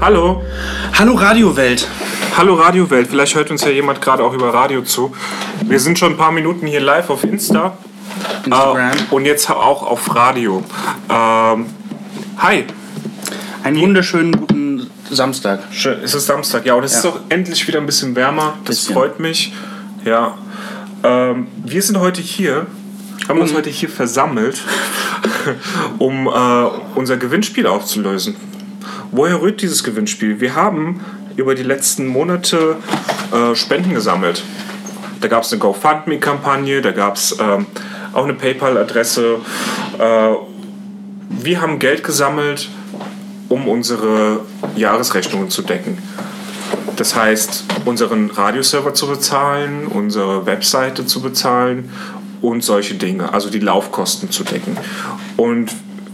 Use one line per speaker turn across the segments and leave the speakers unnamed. Hallo,
Hallo Radiowelt.
hallo Radiowelt. Vielleicht hört uns ja jemand gerade auch über Radio zu. Wir sind schon ein paar Minuten hier live auf Insta
Instagram.
äh, und jetzt auch auf Radio. Ähm, hi,
Einen wunderschönen guten Samstag.
Schön, es ist Samstag, ja, und es ist auch endlich wieder ein bisschen wärmer. Das
Bisschen.
freut mich. Ja. Ähm, wir sind heute hier, haben uns heute hier versammelt, um äh, unser Gewinnspiel aufzulösen. Woher rührt dieses Gewinnspiel? Wir haben über die letzten Monate äh, Spenden gesammelt. Da gab es eine GoFundMe-Kampagne, da gab es ähm, auch eine PayPal-Adresse. Äh, wir haben Geld gesammelt, um unsere Jahresrechnungen zu decken. Das heißt, unseren Radioserver zu bezahlen, unsere Webseite zu bezahlen und solche Dinge, also die Laufkosten zu decken. Und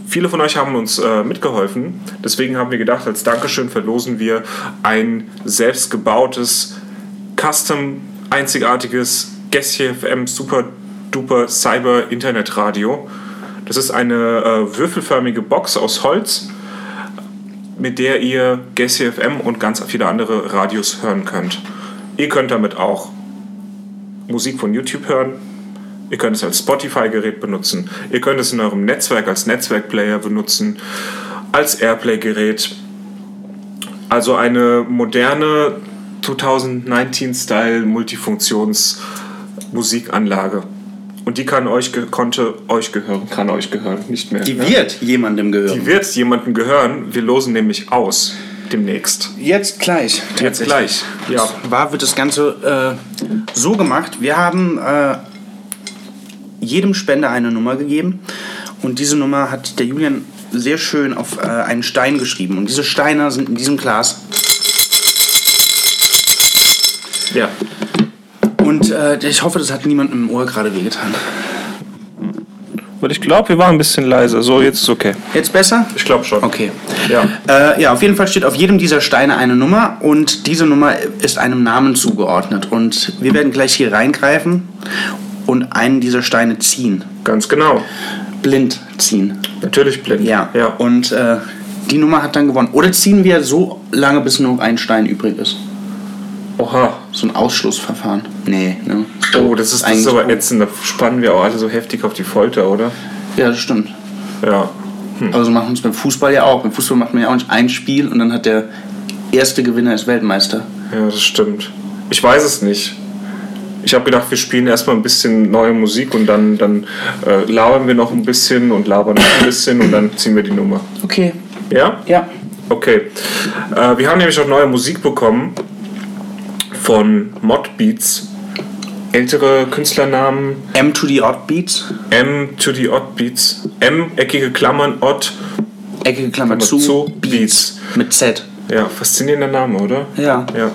viele von euch haben uns äh, mitgeholfen. Deswegen haben wir gedacht, als Dankeschön verlosen wir ein selbstgebautes, custom, einzigartiges GSCFM Super Duper Cyber Internet Radio. Das ist eine äh, würfelförmige Box aus Holz mit der ihr Gessi FM und ganz viele andere Radios hören könnt. Ihr könnt damit auch Musik von YouTube hören. Ihr könnt es als Spotify-Gerät benutzen. Ihr könnt es in eurem Netzwerk als Netzwerkplayer benutzen, als Airplay-Gerät. Also eine moderne 2019-Style Multifunktions-Musikanlage. Und die kann euch, ge- konnte euch gehören, kann euch gehören, nicht mehr. ne?
Die wird jemandem
Die
gehören.
wird jemandem gehören. Wir losen nämlich aus demnächst.
Jetzt gleich.
Jetzt gleich. Ja.
War wird das Ganze äh, so gemacht. Wir haben äh, jedem Spender eine Nummer gegeben und diese Nummer hat der Julian sehr schön auf äh, einen Stein geschrieben. Und diese Steine sind in diesem Glas
ja.
und äh, ich hoffe, das hat niemandem im Ohr gerade wehgetan.
Und ich glaube, wir waren ein bisschen leiser. So, jetzt ist okay.
Jetzt besser?
Ich glaube schon.
Okay.
Ja.
Äh, ja, auf jeden Fall steht auf jedem dieser Steine eine Nummer und diese Nummer ist einem Namen zugeordnet. Und wir werden gleich hier reingreifen und einen dieser Steine ziehen.
Ganz genau.
Blind ziehen.
Natürlich blind.
Ja.
ja. Und
Und äh, die Nummer hat dann gewonnen. Oder ziehen wir so lange, bis nur noch ein Stein übrig ist.
Oha.
So ein Ausschlussverfahren. Nee, ne?
Oh, das ist, das ist
Eigentlich-
aber ätzend. Da spannen wir auch alle so heftig auf die Folter, oder?
Ja, das stimmt.
Ja. Hm.
Aber so machen wir es beim Fußball ja auch. Beim Fußball macht man ja auch nicht ein Spiel und dann hat der erste Gewinner ist Weltmeister.
Ja, das stimmt. Ich weiß es nicht. Ich habe gedacht, wir spielen erstmal ein bisschen neue Musik und dann, dann äh, labern wir noch ein bisschen und labern noch ein bisschen und dann ziehen wir die Nummer.
Okay.
Ja?
Ja.
Okay. Äh, wir haben nämlich auch neue Musik bekommen von Modbeats. Ältere Künstlernamen
M to the odd beats.
M to the Odd Beats. M, eckige Klammern, Odd,
Ecke Klammer zu,
zu,
Beats.
Beats.
Mit Z.
Ja, faszinierender Name, oder?
Ja.
Ja.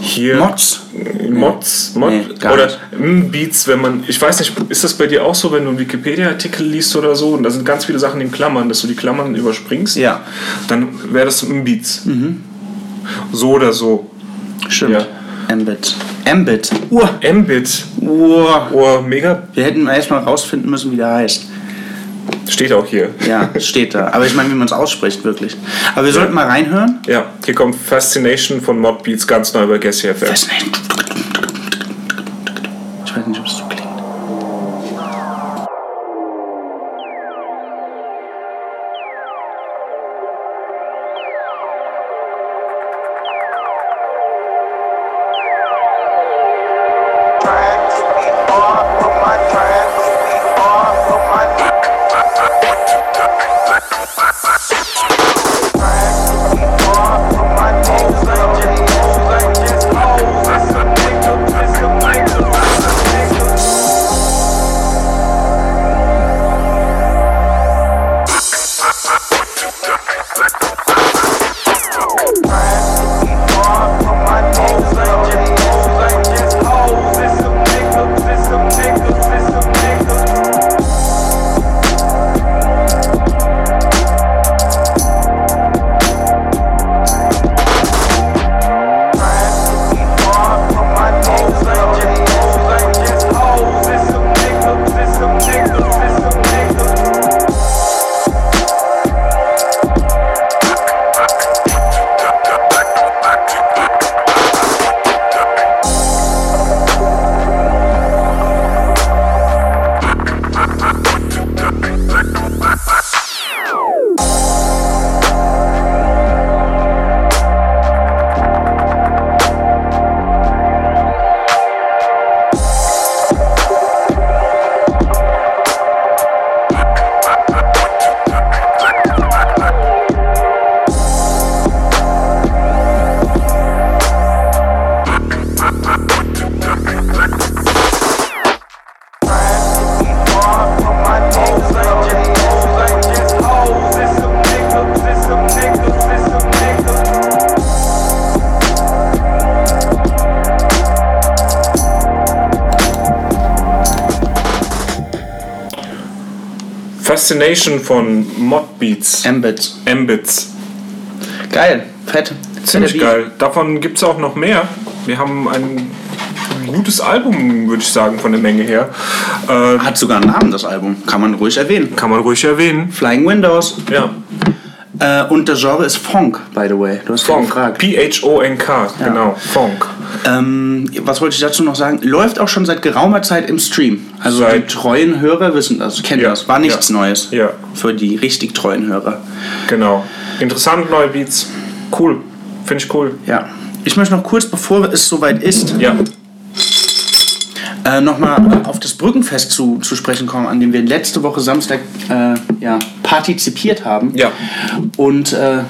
Hier.
Mods.
Mods, Mod,
Nee, gar
oder
nicht.
mm, Beats, wenn man, ich weiß nicht, ist das bei dir auch so, wenn du einen Wikipedia-Artikel liest oder so und da sind ganz viele Sachen in Klammern, dass du die Klammern überspringst?
Ja. Mhm.
Dann wäre das mm, Beats. So oder so.
Stimmt.
Ja.
Mbit. Mbit. Uah.
Mbit,
Uah.
oh, mega,
Wir hätten erstmal rausfinden müssen, wie der heißt.
steht auch hier.
Ja, steht da. Aber ich meine, wie man es ausspricht, wirklich. Aber wir sollten mal reinhören.
Ja, hier kommt Fascination von Mod Beats ganz neu bei Gessi FM.
Weiß nicht. Ich weiß nicht, ob es so klingt.
tracks, far from my tracks, far from my tracks, far from my tracks.
Fascination von Modbeats.
Embeds.
Embits.
Geil. Fett.
Ziemlich
Fette Bi-
geil. Davon gibt es auch noch mehr. Wir haben ein gutes Album, würde ich sagen, von der Menge her. Äh,
Hat sogar einen Namen, das Album. Kann man ruhig erwähnen.
kann man ruhig erwähnen.
Flying Windows.
Ja.
Äh, und das Genre ist Funk, by the way. Du hast Funk.
Funk.
gefragt.
P-H-O-N-K. Genau. Funk.
Ähm, was wollte ich dazu noch sagen? Läuft auch schon seit geraumer Zeit im Stream. Also
Seit-
die treuen Hörer wissen das, kennen
Ja,
das. War nichts
ja,
Neues
ja.
für die richtig treuen Hörer.
Genau. Interessant, neue Beats. Cool. Finde ich cool.
Ja. Ich möchte noch kurz, bevor es soweit ist,
Ja.
äh, nochmal auf das Brückenfest zu, zu sprechen kommen, an dem wir letzte Woche Samstag äh, ja, partizipiert haben.
Ja.
Und äh,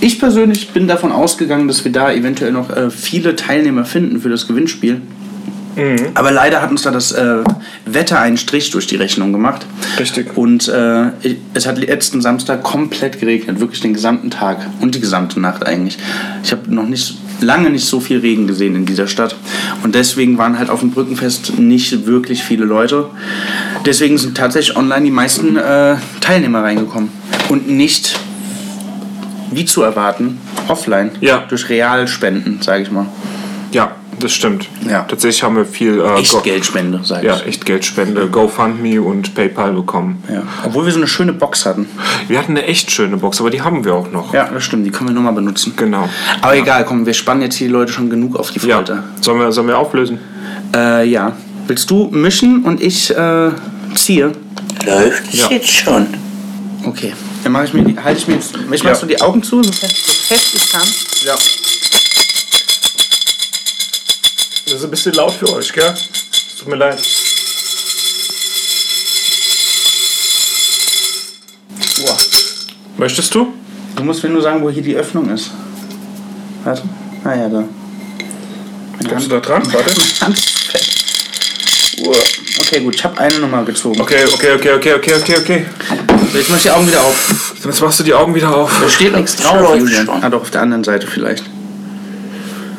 ich persönlich bin davon ausgegangen, dass wir da eventuell noch äh, viele Teilnehmer finden für das Gewinnspiel. Aber leider hat uns da das äh, Wetter einen Strich durch die Rechnung gemacht.
Richtig.
Und äh, es hat letzten Samstag komplett geregnet, wirklich den gesamten Tag und die gesamte Nacht eigentlich. Ich habe noch nicht lange nicht so viel Regen gesehen in dieser Stadt und deswegen waren halt auf dem Brückenfest nicht wirklich viele Leute. Deswegen sind tatsächlich online die meisten äh, Teilnehmer reingekommen und nicht wie zu erwarten offline
Ja.
durch Realspenden, sage ich mal.
Ja, das stimmt.
Ja.
Tatsächlich haben wir viel äh,
Echt
Go-
Geldspende, sage
Ja,
ich.
echt Geldspende, GoFundMe und PayPal bekommen.
Ja. Obwohl wir so eine schöne Box hatten.
Wir hatten eine echt schöne Box, aber die haben wir auch noch.
Ja, das stimmt, die können wir nochmal benutzen.
Genau.
Aber egal, komm, wir spannen jetzt hier die Leute schon genug auf die
Ja.
Folter.
Sollen wir, sollen wir auflösen?
Ja. Äh, ja. Willst du mischen und ich äh, ziehe?
Läuft
Ja.
jetzt schon.
Okay. Dann mache ich mir die, halte ich mir jetzt, ich
Ja.
machst du die Augen zu, so fest, so fest ich kann.
Ja. Das ist ein bisschen laut für euch, gell? Tut mir leid.
Boah.
Möchtest du?
Du musst mir nur sagen, wo hier die Öffnung ist. Warte. Ah ja, da. Meine
Kommst
Hand,
du da dran? Warte.
Hand ist fest. Uah. Okay, gut, ich habe eine Nummer gezogen.
Okay, okay, okay, okay, okay, okay, okay.
Jetzt mach ich die Augen wieder auf.
Jetzt machst du die Augen wieder auf.
Da steht nichts
Läuft
drauf, Julian.
schon.
Ah doch, auf der anderen Seite vielleicht.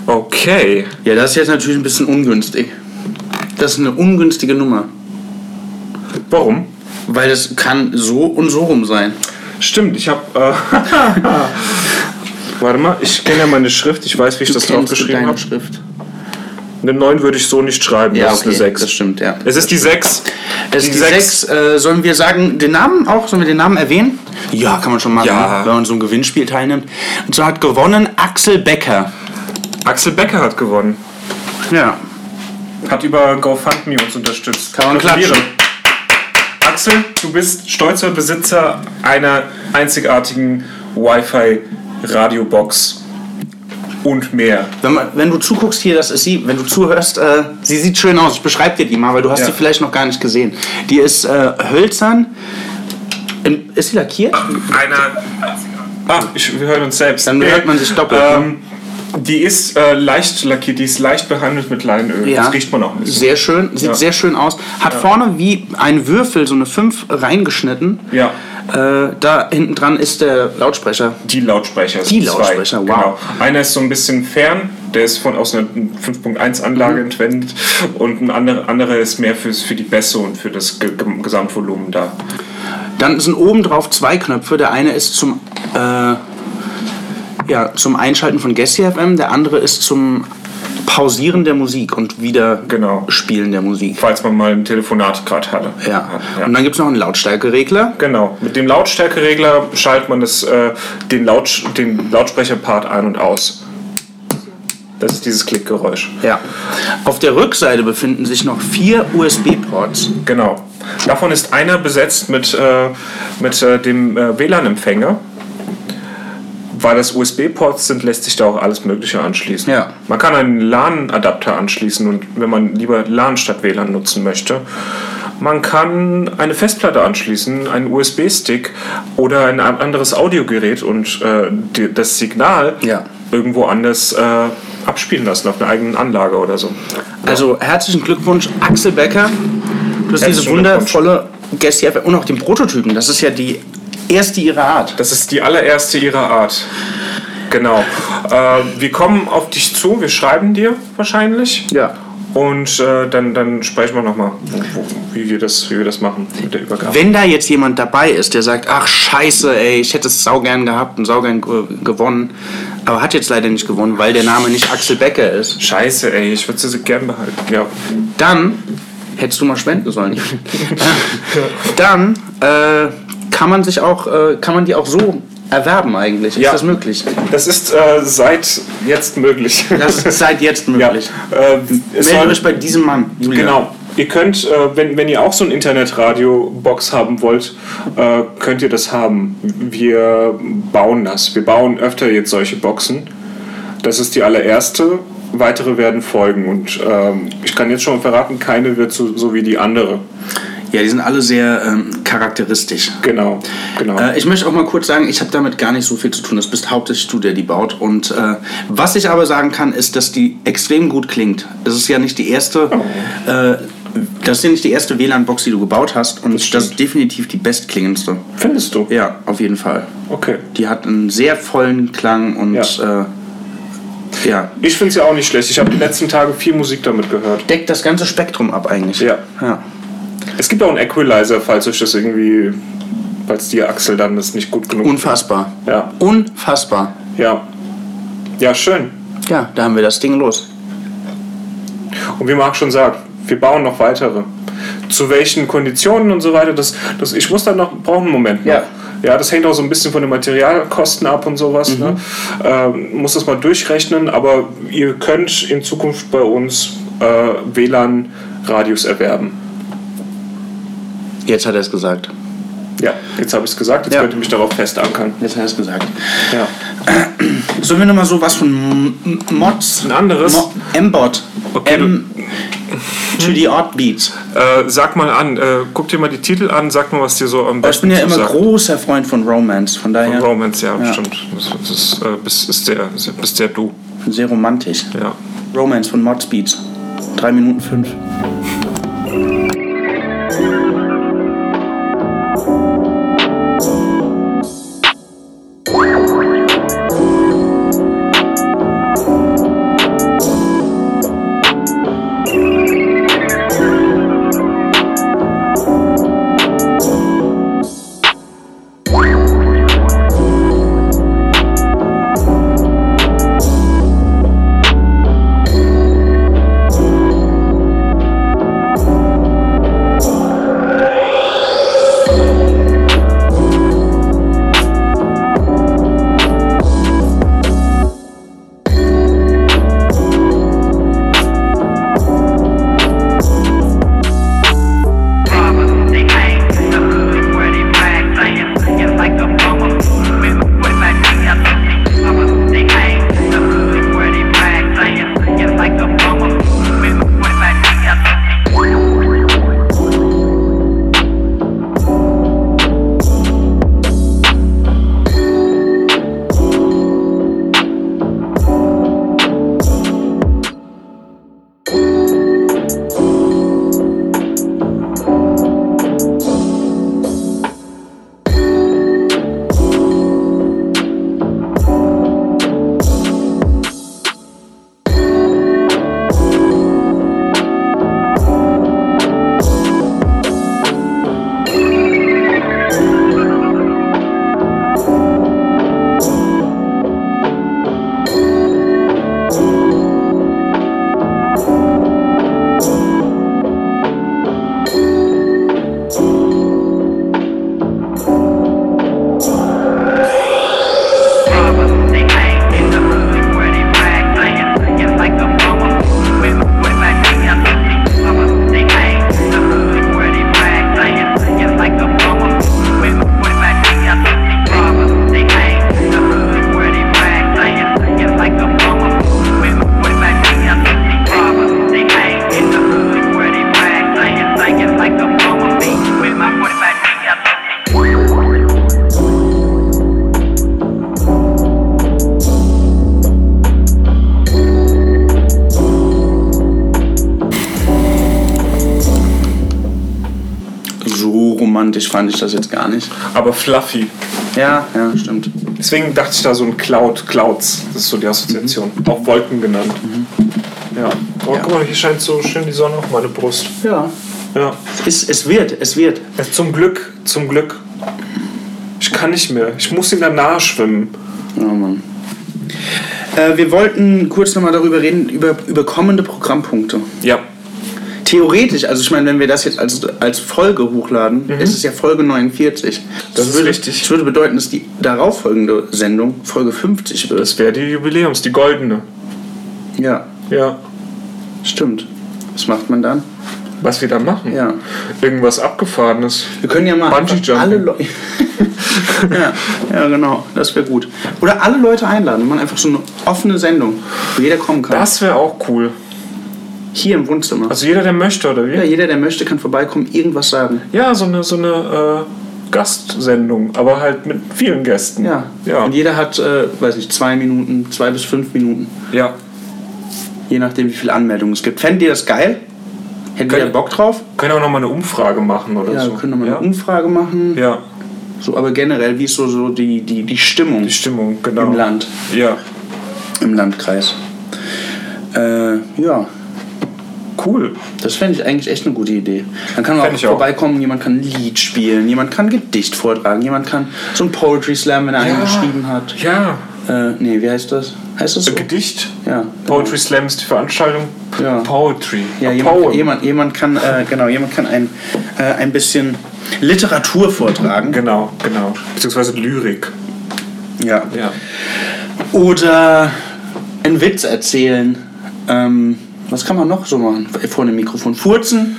Okay.
Ja, das ist jetzt natürlich ein bisschen ungünstig. Das ist eine ungünstige Nummer.
Warum?
Weil das kann so und so rum sein.
Stimmt, ich hab. Äh, Warte mal, ich kenne ja meine Schrift, ich weiß, wie ich das draufgeschrieben habe.
Schrift.
Eine 9 würde ich so nicht schreiben,
Ja,
das
okay,
ist eine 6.
das stimmt, ja.
Es ist die 6.
Es ist
Die
die
sechs.
6. Äh, sollen wir sagen, den Namen auch? Sollen wir den Namen erwähnen? Ja, kann man schon machen, ne?
Ja.
wenn man so ein Gewinnspiel teilnimmt. Und so hat gewonnen Axel Becker.
Axel Becker hat gewonnen.
Ja.
Hat über GoFundMe uns unterstützt.
Kann man
Gratuliere.
klatschen.
Axel, du bist stolzer Besitzer einer einzigartigen Wi-Fi-Radiobox und mehr.
Wenn, man, wenn du zuguckst hier, das ist sie. Wenn du zuhörst, äh, sie sieht schön aus. Ich beschreibe dir die mal, weil du hast
Ja.
sie vielleicht noch gar nicht gesehen. Die ist äh, hölzern. In- Ist sie lackiert?
einer. Ah, ich, wir hören uns selbst.
Dann hört man sich doppelt, ne?
Ähm, die ist äh, leicht lackiert, die ist leicht behandelt mit Leinöl. Das riecht man auch ein bisschen.
Sehr schön, sieht
Ja.
sehr schön aus. Hat vorne wie ein Würfel so eine 5 reingeschnitten.
Ja.
Äh, da hinten dran ist der Lautsprecher.
Die Lautsprecher. es
Die
sind zwei. Genau.
Lautsprecher, wow.
Einer ist so ein bisschen fern, der ist von aus einer 5.1-Anlage
Mhm.
entwendet und ein anderer andere ist mehr fürs, für die Bässe und für das Ge Ge- Gesamtvolumen da.
Dann sind oben drauf zwei Knöpfe. Der eine ist zum, äh, ja, zum Einschalten von Gessi FM, der andere ist zum Pausieren der Musik und wieder
Genau.
Spielen der Musik.
Falls man mal ein Telefonat gerade hatte.
Ja.
ja.
Und dann gibt es noch einen Lautstärkeregler.
Genau, mit dem Lautstärkeregler schaltet man das, äh, den, Laut den Lautsprecherpart ein und aus. Das ist dieses Klickgeräusch.
Ja. Auf der Rückseite befinden sich noch vier USB-Ports.
Genau. Davon ist einer besetzt mit, äh, mit äh, dem äh, WLAN-Empfänger. Weil das USB-Ports sind, lässt sich da auch alles Mögliche anschließen.
Ja.
Man kann einen LAN-Adapter anschließen und wenn man lieber LAN statt WLAN nutzen möchte. Man kann eine Festplatte anschließen, einen USB-Stick oder ein an- anderes Audiogerät und äh, die, das Signal
Ja.
irgendwo anders äh, abspielen lassen, auf einer eigenen Anlage oder so.
Also herzlichen Glückwunsch, Axel Becker. Du hast diese
Herzlichen Glückwunsch.
wundervolle Guest hier und auch den Prototypen. Das ist ja die erste ihrer Art.
Das ist die allererste ihrer Art. Ähm, Genau. Äh, wir kommen auf dich zu, wir schreiben dir wahrscheinlich.
Ja.
Und äh, dann, dann sprechen wir nochmal, wie, wir das- wie wir das machen mit der Übergabe.
Wenn da jetzt jemand dabei ist, der sagt, ach scheiße, ey, ich hätte es saugern gehabt und saugern ge- gewonnen, aber hat jetzt leider nicht gewonnen, weil der Name nicht Axel Becker ist,
Scheiße, ey, ich würde sie gern behalten. Ja.
dann hättest du mal spenden sollen. dann äh, kann man sich auch, äh, kann man die auch so erwerben eigentlich. Ist
Ja.
das möglich?
Das ist äh, seit jetzt möglich.
Das ist seit jetzt
ja.
möglich.
äh, es soll-
Meldet euch bei diesem Mann, Julian.
Genau. Ihr könnt, äh, wenn, wenn ihr auch so eine Internetradio-Box haben wollt, äh, könnt ihr das haben. Wir bauen das. Wir bauen öfter jetzt solche Boxen. Das ist die allererste. Weitere werden folgen. Und ähm, ich kann jetzt schon verraten, keine wird so, so wie die andere.
Ja, die sind alle sehr ähm, charakteristisch.
Genau. genau.
Äh, ich möchte auch mal kurz sagen, ich habe damit gar nicht so viel zu tun. Das bist hauptsächlich du, der die baut. Und äh, was ich aber sagen kann, ist, dass die extrem gut klingt. Es ist ja nicht die erste.
Oh.
Äh, das ist ja nicht die erste WLAN-Box, die du gebaut hast. Und das, ist definitiv die bestklingendste.
Findest du?
Ja, auf jeden Fall.
Okay.
Die hat einen sehr vollen Klang und ja.
Ja.
Äh, ja.
Ich finde es ja auch nicht schlecht. Ich habe die letzten Tage viel Musik damit gehört.
Deckt das ganze Spektrum ab eigentlich.
Ja.
ja.
Es gibt auch einen Equalizer, falls euch das irgendwie, falls dir Axel dann das nicht gut genug
Unfassbar.
Ja.
Unfassbar.
Ja. Ja, schön.
Ja, da haben wir das Ding los.
Und wie Marc schon sagt, wir bauen noch weitere. Zu welchen Konditionen und so weiter, das, das ich muss dann noch, brauche einen Moment. noch.
Ja.
Ja, das hängt auch so ein bisschen von den Materialkosten ab und sowas.
Mhm.
Ne? Ähm, muss das mal durchrechnen, aber ihr könnt in Zukunft bei uns äh, WLAN-Radius erwerben.
Jetzt hat er es gesagt.
Ja, jetzt habe ich es gesagt, jetzt
Ja.
könnt ihr mich darauf festankern.
Jetzt hat er es gesagt.
Ja.
Sollen wir nochmal so was von M- M- Mods?
Ein anderes?
Mo- M-Bot.
Okay,
M to the odd beat.
Äh, sag mal an, äh, guck dir mal die Titel an, sag mal, was dir so am
Aber ich
besten
bin ja immer
zusagt.
großer Freund von Romance, von daher
Romance, ja,
Ja.
stimmt. Das, das ist, äh, bist, ist der, bist der du.
sehr romantisch.
Ja.
Romance von Mods Beats. 3 Minuten 5.
They ain't the hood where they brag, saying it's like a bummer. We would like to have something bummer. They ain't the hood where they brag, saying it's like a bummer. We would like to have something bummer. They ain't the hood where they brag, saying it's like a bummer. We would like to have something bummer. They ain't the hood where they brag, saying it's like a bummer. We would like to have something bummer. They ain't the hood where they brag, saying it's like a bummer. We would like to have something bummer. They ain't in the hood where they brag, saying it's like a bummer. We would like to have something.
So romantisch fand ich das jetzt gar nicht.
Aber fluffy.
Ja, ja, stimmt.
Deswegen dachte ich da so ein Cloud, Clouds. Das ist so die Assoziation. Auch Wolken genannt. Ja. Mhm. Oh, guck mal, hier scheint so schön die Sonne auf meine Brust.
Ja.
Ja.
Es, es wird, es wird.
Es- Zum Glück, zum Glück. Ich kann nicht mehr. Ich muss ihm danach schwimmen.
Oh Mann. Äh, wir wollten kurz nochmal darüber reden, über, über kommende Programmpunkte.
Ja.
Theoretisch, also ich meine, wenn wir das jetzt als, als Folge hochladen, ist es ja Folge 49.
Mhm. Das ist
würde,
richtig.
Das würde bedeuten, dass die darauffolgende Sendung Folge 50 wird.
Das wäre die Jubiläums, die goldene.
Ja,
Ja.
stimmt. Was macht man dann?
Was wir da machen?
Ja.
Irgendwas Abgefahrenes.
Wir können ja mal
Bungee
einfach alle
Jumping.
Leute. ja, ja, genau, das wäre gut. Oder alle Leute einladen, man einfach so eine offene Sendung, wo jeder kommen kann.
Das wäre auch cool.
Hier im Wohnzimmer.
Also jeder, der möchte, oder wie?
ja, jeder, der möchte, kann vorbeikommen, irgendwas sagen.
Ja, so eine, so eine äh, Gastsendung, aber halt mit vielen Gästen.
Ja.
Ja.
Und jeder hat, äh, weiß nicht, zwei Minuten, zwei bis fünf Minuten.
ja.
Je nachdem, wie viele Anmeldungen es gibt. Fändet ihr das geil? Hättet ihr
Können-
da Bock drauf? Also,
Können auch nochmal eine Umfrage machen oder
Ja,
so.
wir können nochmal
ja?
eine Umfrage machen.
Ja,
So, aber generell, wie ist so, so die, die, die Stimmung
die Stimmung, genau.
im Land,
Ja.
im Landkreis? Äh, ja,
Cool.
das fände ich eigentlich echt eine gute Idee. Dann kann man
Fänd
auch
ich auch.
vorbeikommen, jemand kann ein Lied spielen, jemand kann ein Gedicht vortragen, jemand kann so ein Poetry Slam, wenn er einen geschrieben hat.
Ja.
Äh, nee, wie heißt das? Heißt das so?
Gedicht.
Ja.
Poetry Slam ist die Veranstaltung.
Ja.
Poetry.
Ja,
A
jemand,
poem.
jemand, jemand kann, äh, genau, jemand kann ein, äh, ein bisschen Literatur vortragen.
Genau, genau. Beziehungsweise Lyrik.
Ja.
Ja.
Oder einen Witz erzählen. Ähm, was kann man noch so machen? Vor einem Mikrofon furzen?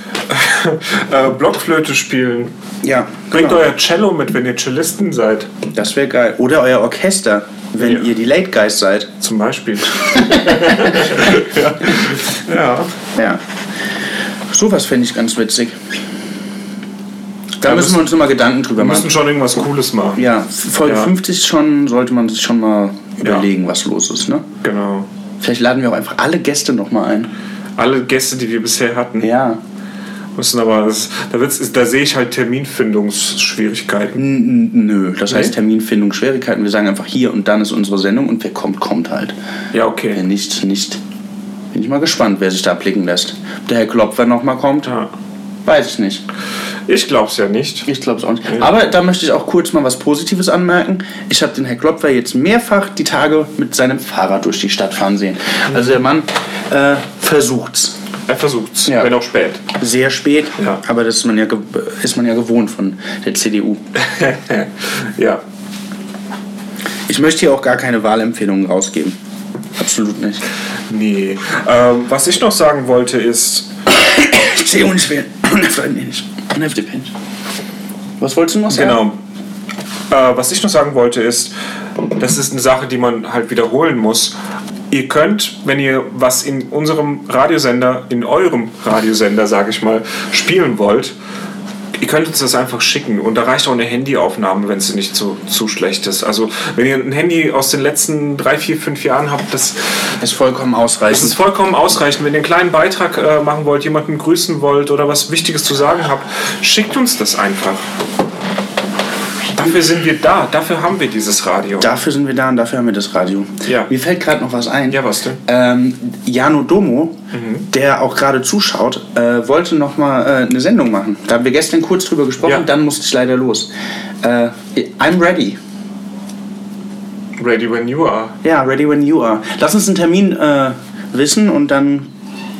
äh, Blockflöte spielen.
Ja,
Bringt
genau.
euer Cello mit, wenn ihr Cellisten seid,
Das wäre geil. Oder euer Orchester, wenn
Ja.
ihr die Late Guys seid.
zum Beispiel. ja. ja.
Ja. Sowas fände ich ganz witzig. Da müssen wir uns nochmal Gedanken drüber
Wir
machen.
müssen schon irgendwas Cooles machen.
Ja, Folge
Ja.
50 schon, sollte man sich schon mal überlegen, was los ist, ne?
Genau.
Vielleicht laden wir auch einfach alle Gäste nochmal ein.
Alle Gäste, die wir bisher hatten,
Ja.
müssen aber. Das, da, wird's- da sehe ich halt Terminfindungsschwierigkeiten.
Nö, das heißt
Nee?
Terminfindung, Schwierigkeiten. Wir sagen einfach hier und dann ist unsere Sendung und wer kommt, kommt halt.
Ja,
Wer
okay.
nicht, nicht. Bin ich mal gespannt, wer sich da blicken lässt. Ob der Herr Klopfer nochmal kommt,
Ja.
weiß ich nicht.
Ich glaub's ja nicht.
Ich glaube es auch nicht. Aber da möchte ich auch kurz mal was Positives anmerken. Ich habe den Herr Klopfer jetzt mehrfach die Tage mit seinem Fahrrad durch die Stadt fahren sehen.
Mhm.
Also der Mann äh, versucht's.
Er versucht's,
Ja.
wenn auch spät.
Sehr spät,
Ja.
aber das ist man, ja, ge- ist man ja gewohnt von der CDU.
ja.
Ich möchte hier auch gar keine Wahlempfehlungen rausgeben. Absolut nicht.
Nee. Ähm, was ich noch sagen wollte ist,
Ich sehe nicht wählen. Und FDP nicht. Und FDP nicht. Was wolltest du noch sagen?
Genau. Äh, was ich noch sagen wollte ist, das ist eine Sache, die man halt wiederholen muss. Ihr könnt, wenn ihr was in unserem Radiosender, in eurem Radiosender, sage ich mal, spielen wollt, ihr könnt uns das einfach schicken. Und da reicht auch eine Handyaufnahme, wenn es nicht zu, zu schlecht ist. Also, wenn ihr ein Handy aus den letzten drei, vier, fünf Jahren habt, das
Ist vollkommen
es ist
ausreichend.
vollkommen ausreichend. Wenn ihr einen kleinen Beitrag äh, machen wollt, jemanden grüßen wollt oder was Wichtiges zu sagen habt, schickt uns das einfach. Dafür sind wir da, dafür haben wir dieses Radio.
Dafür sind wir da und dafür haben wir das Radio.
Ja.
Mir fällt gerade noch was ein.
Ja, was denn? Mhm.
Ähm, Jano Domo, der auch gerade zuschaut, äh, wollte noch mal äh, eine Sendung machen. Da haben wir gestern kurz drüber gesprochen,
Ja.
dann musste ich leider los. Äh, I'm ready.
Ready when you are.
Ja, ready when you are. Lass uns einen Termin äh, wissen und dann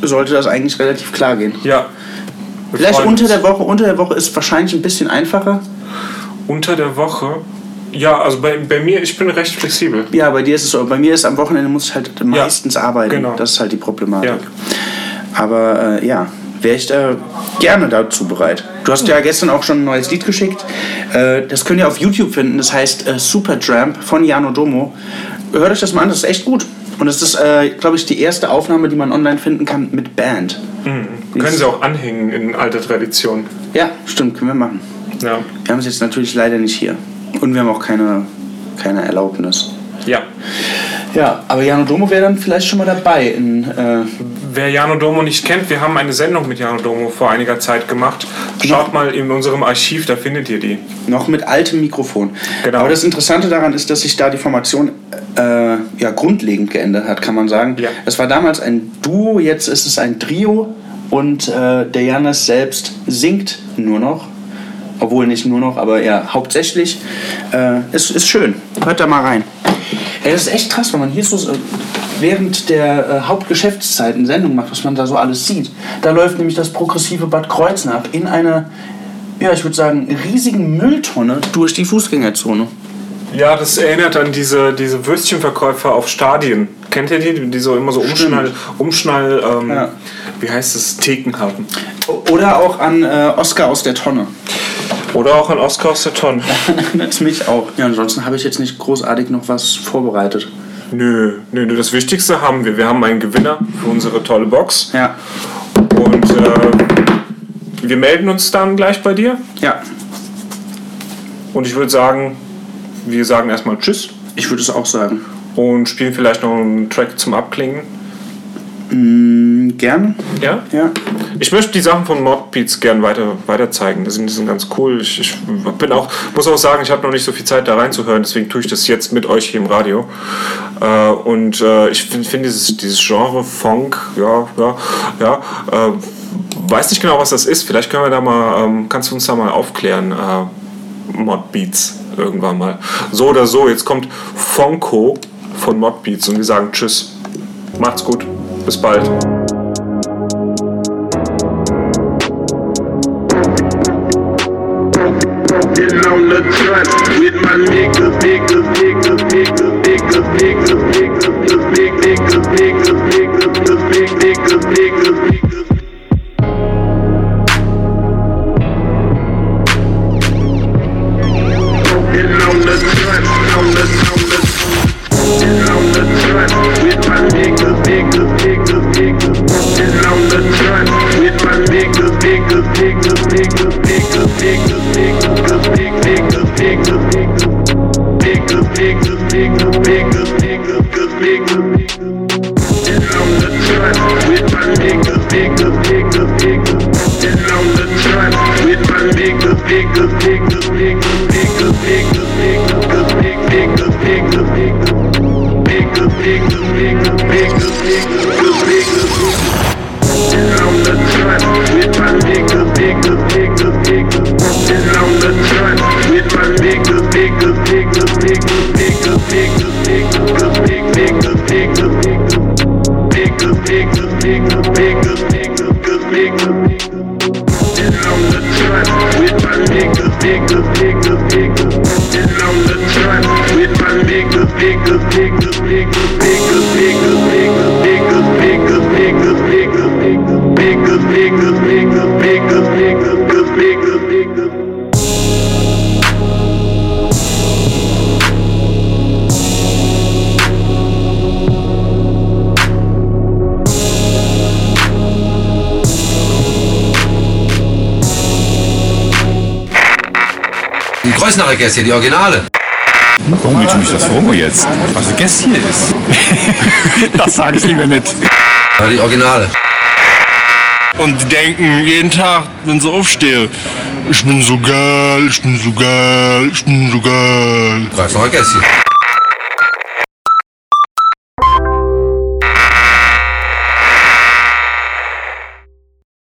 sollte das eigentlich relativ klar gehen.
Ja. Wir
Vielleicht
freuen
unter
uns.
der Woche. Unter der Woche ist wahrscheinlich ein bisschen einfacher.
unter der Woche. Ja, also bei, bei mir, ich bin recht flexibel.
Ja, bei dir ist es so. Bei mir ist am Wochenende muss ich halt meistens arbeiten.
genau.
Das ist halt die Problematik.
Ja.
Aber äh, ja, wäre ich da gerne dazu bereit. Du hast ja gestern auch schon ein neues Lied geschickt. Äh, das könnt ihr auf YouTube finden. Das heißt äh, Supertramp von Jano Domo. Hört euch das mal an, das ist echt gut. Und es ist, äh, glaube ich, die erste Aufnahme, die man online finden kann mit Band.
Können sie auch anhängen in alter Tradition.
Ja, stimmt, können wir machen.
Ja.
Wir haben es jetzt natürlich leider nicht hier. Und wir haben auch keine, keine Erlaubnis.
Ja.
Ja, aber Jano Domo wäre dann vielleicht schon mal dabei in äh,
Wer Jano Domo nicht kennt, wir haben eine Sendung mit Jano Domo vor einiger Zeit gemacht. Schaut mal in unserem Archiv, da findet ihr die.
Noch mit altem Mikrofon.
Genau.
Aber das Interessante daran ist, dass sich da die Formation äh, ja, grundlegend geändert hat, kann man sagen.
Ja.
Es war damals ein Duo, jetzt ist es ein Trio und äh, der Janis selbst singt nur noch. Obwohl nicht nur noch, aber ja, hauptsächlich. Äh, es ist schön. Hört da mal rein. Ey, das ist echt krass, wenn man hier so äh, während der äh, Hauptgeschäftszeit eine Sendung macht, was man da so alles sieht. Da läuft nämlich das progressive Bad Kreuzen ab in einer, ja, ich würde sagen, riesigen Mülltonne durch die Fußgängerzone.
Ja, das erinnert an diese, diese Würstchenverkäufer auf Stadien. Kennt ihr die? Die so immer so Umschnall, Umschnall ähm,
Ja.
wie heißt es, Theken haben.
O- Oder auch an äh, Oscar aus der Tonne.
Oder auch an Oscar aus der Tonne.
Erinnert mich auch. Ja, ansonsten habe ich jetzt nicht großartig noch was vorbereitet.
Nö, nö, nö, das Wichtigste haben wir. Wir haben einen Gewinner für unsere tolle Box.
Ja,
Und äh, wir melden uns dann gleich bei dir.
ja.
Und ich würde sagen, wir sagen erstmal Tschüss
Ich würde es auch sagen.
und spielen vielleicht noch einen Track zum Abklingen.
Hm, Gern?
Ja?
Ja.
Ich möchte die Sachen von Modbeats gern weiter, weiter zeigen. Die sind, die sind ganz cool. Ich, ich bin auch, muss auch sagen, ich habe noch nicht so viel Zeit da reinzuhören, deswegen tue ich das jetzt mit euch hier im Radio. Äh, und äh, ich finde find dieses, dieses Genre Funk, ja, ja, ja. Äh, weiß nicht genau, was das ist. Vielleicht können wir da mal, ähm, kannst du uns da mal aufklären, äh, Modbeats irgendwann mal. So oder so, jetzt kommt Fonko von Modbeats und wir sagen Tschüss. Macht's gut. Bis bald.
Getting on the track with my niggas, niggas, niggas, niggas, niggas, niggas, niggas, niggas, niggas, niggas, niggas, niggas, niggas, niggas, niggas, niggas. Getting on the track, on the, on the. Getting on the track with my niggas, niggas, niggas, niggas. Getting on the track with my niggas, niggas, niggas, niggas, niggas, niggas, niggas, niggas, niggas, niggas, niggas, niggas, niggas, niggas, niggas, niggas, niggas, niggas. Getting on the track with my niggas, niggas, niggas, niggas. Getting on the track with my niggas, niggas, niggas, niggas, niggas, niggas, niggas, niggas, niggas, niggas, niggas. Niggas, niggas, niggas, niggas, niggas, niggas, niggas. Getting on the track with my niggas, niggas, niggas, niggas. Getting on the track with my niggas, niggas, niggas, niggas, niggas, niggas, niggas, niggas, niggas, niggas, niggas. Niggas, niggas, niggas, niggas, niggas, niggas, niggas. Getting on the track with my niggas, niggas, niggas, niggas. Getting on the track with my niggas, niggas, niggas, niggas, niggas, niggas, niggas, niggas, niggas, niggas, niggas, niggas, niggas, niggas, niggas, niggas, niggas, niggas, niggas, niggas.
Die Kreuznacher Gäste, die Originale.
Warum willst du mich das verhungern jetzt? Was für Gäste hier ist? das sage ich lieber nicht.
Ja, die Originale.
Und die denken jeden Tag, wenn sie aufstehe, ich bin so geil, ich bin so geil, ich bin so geil.
Kreuznacher Gäste.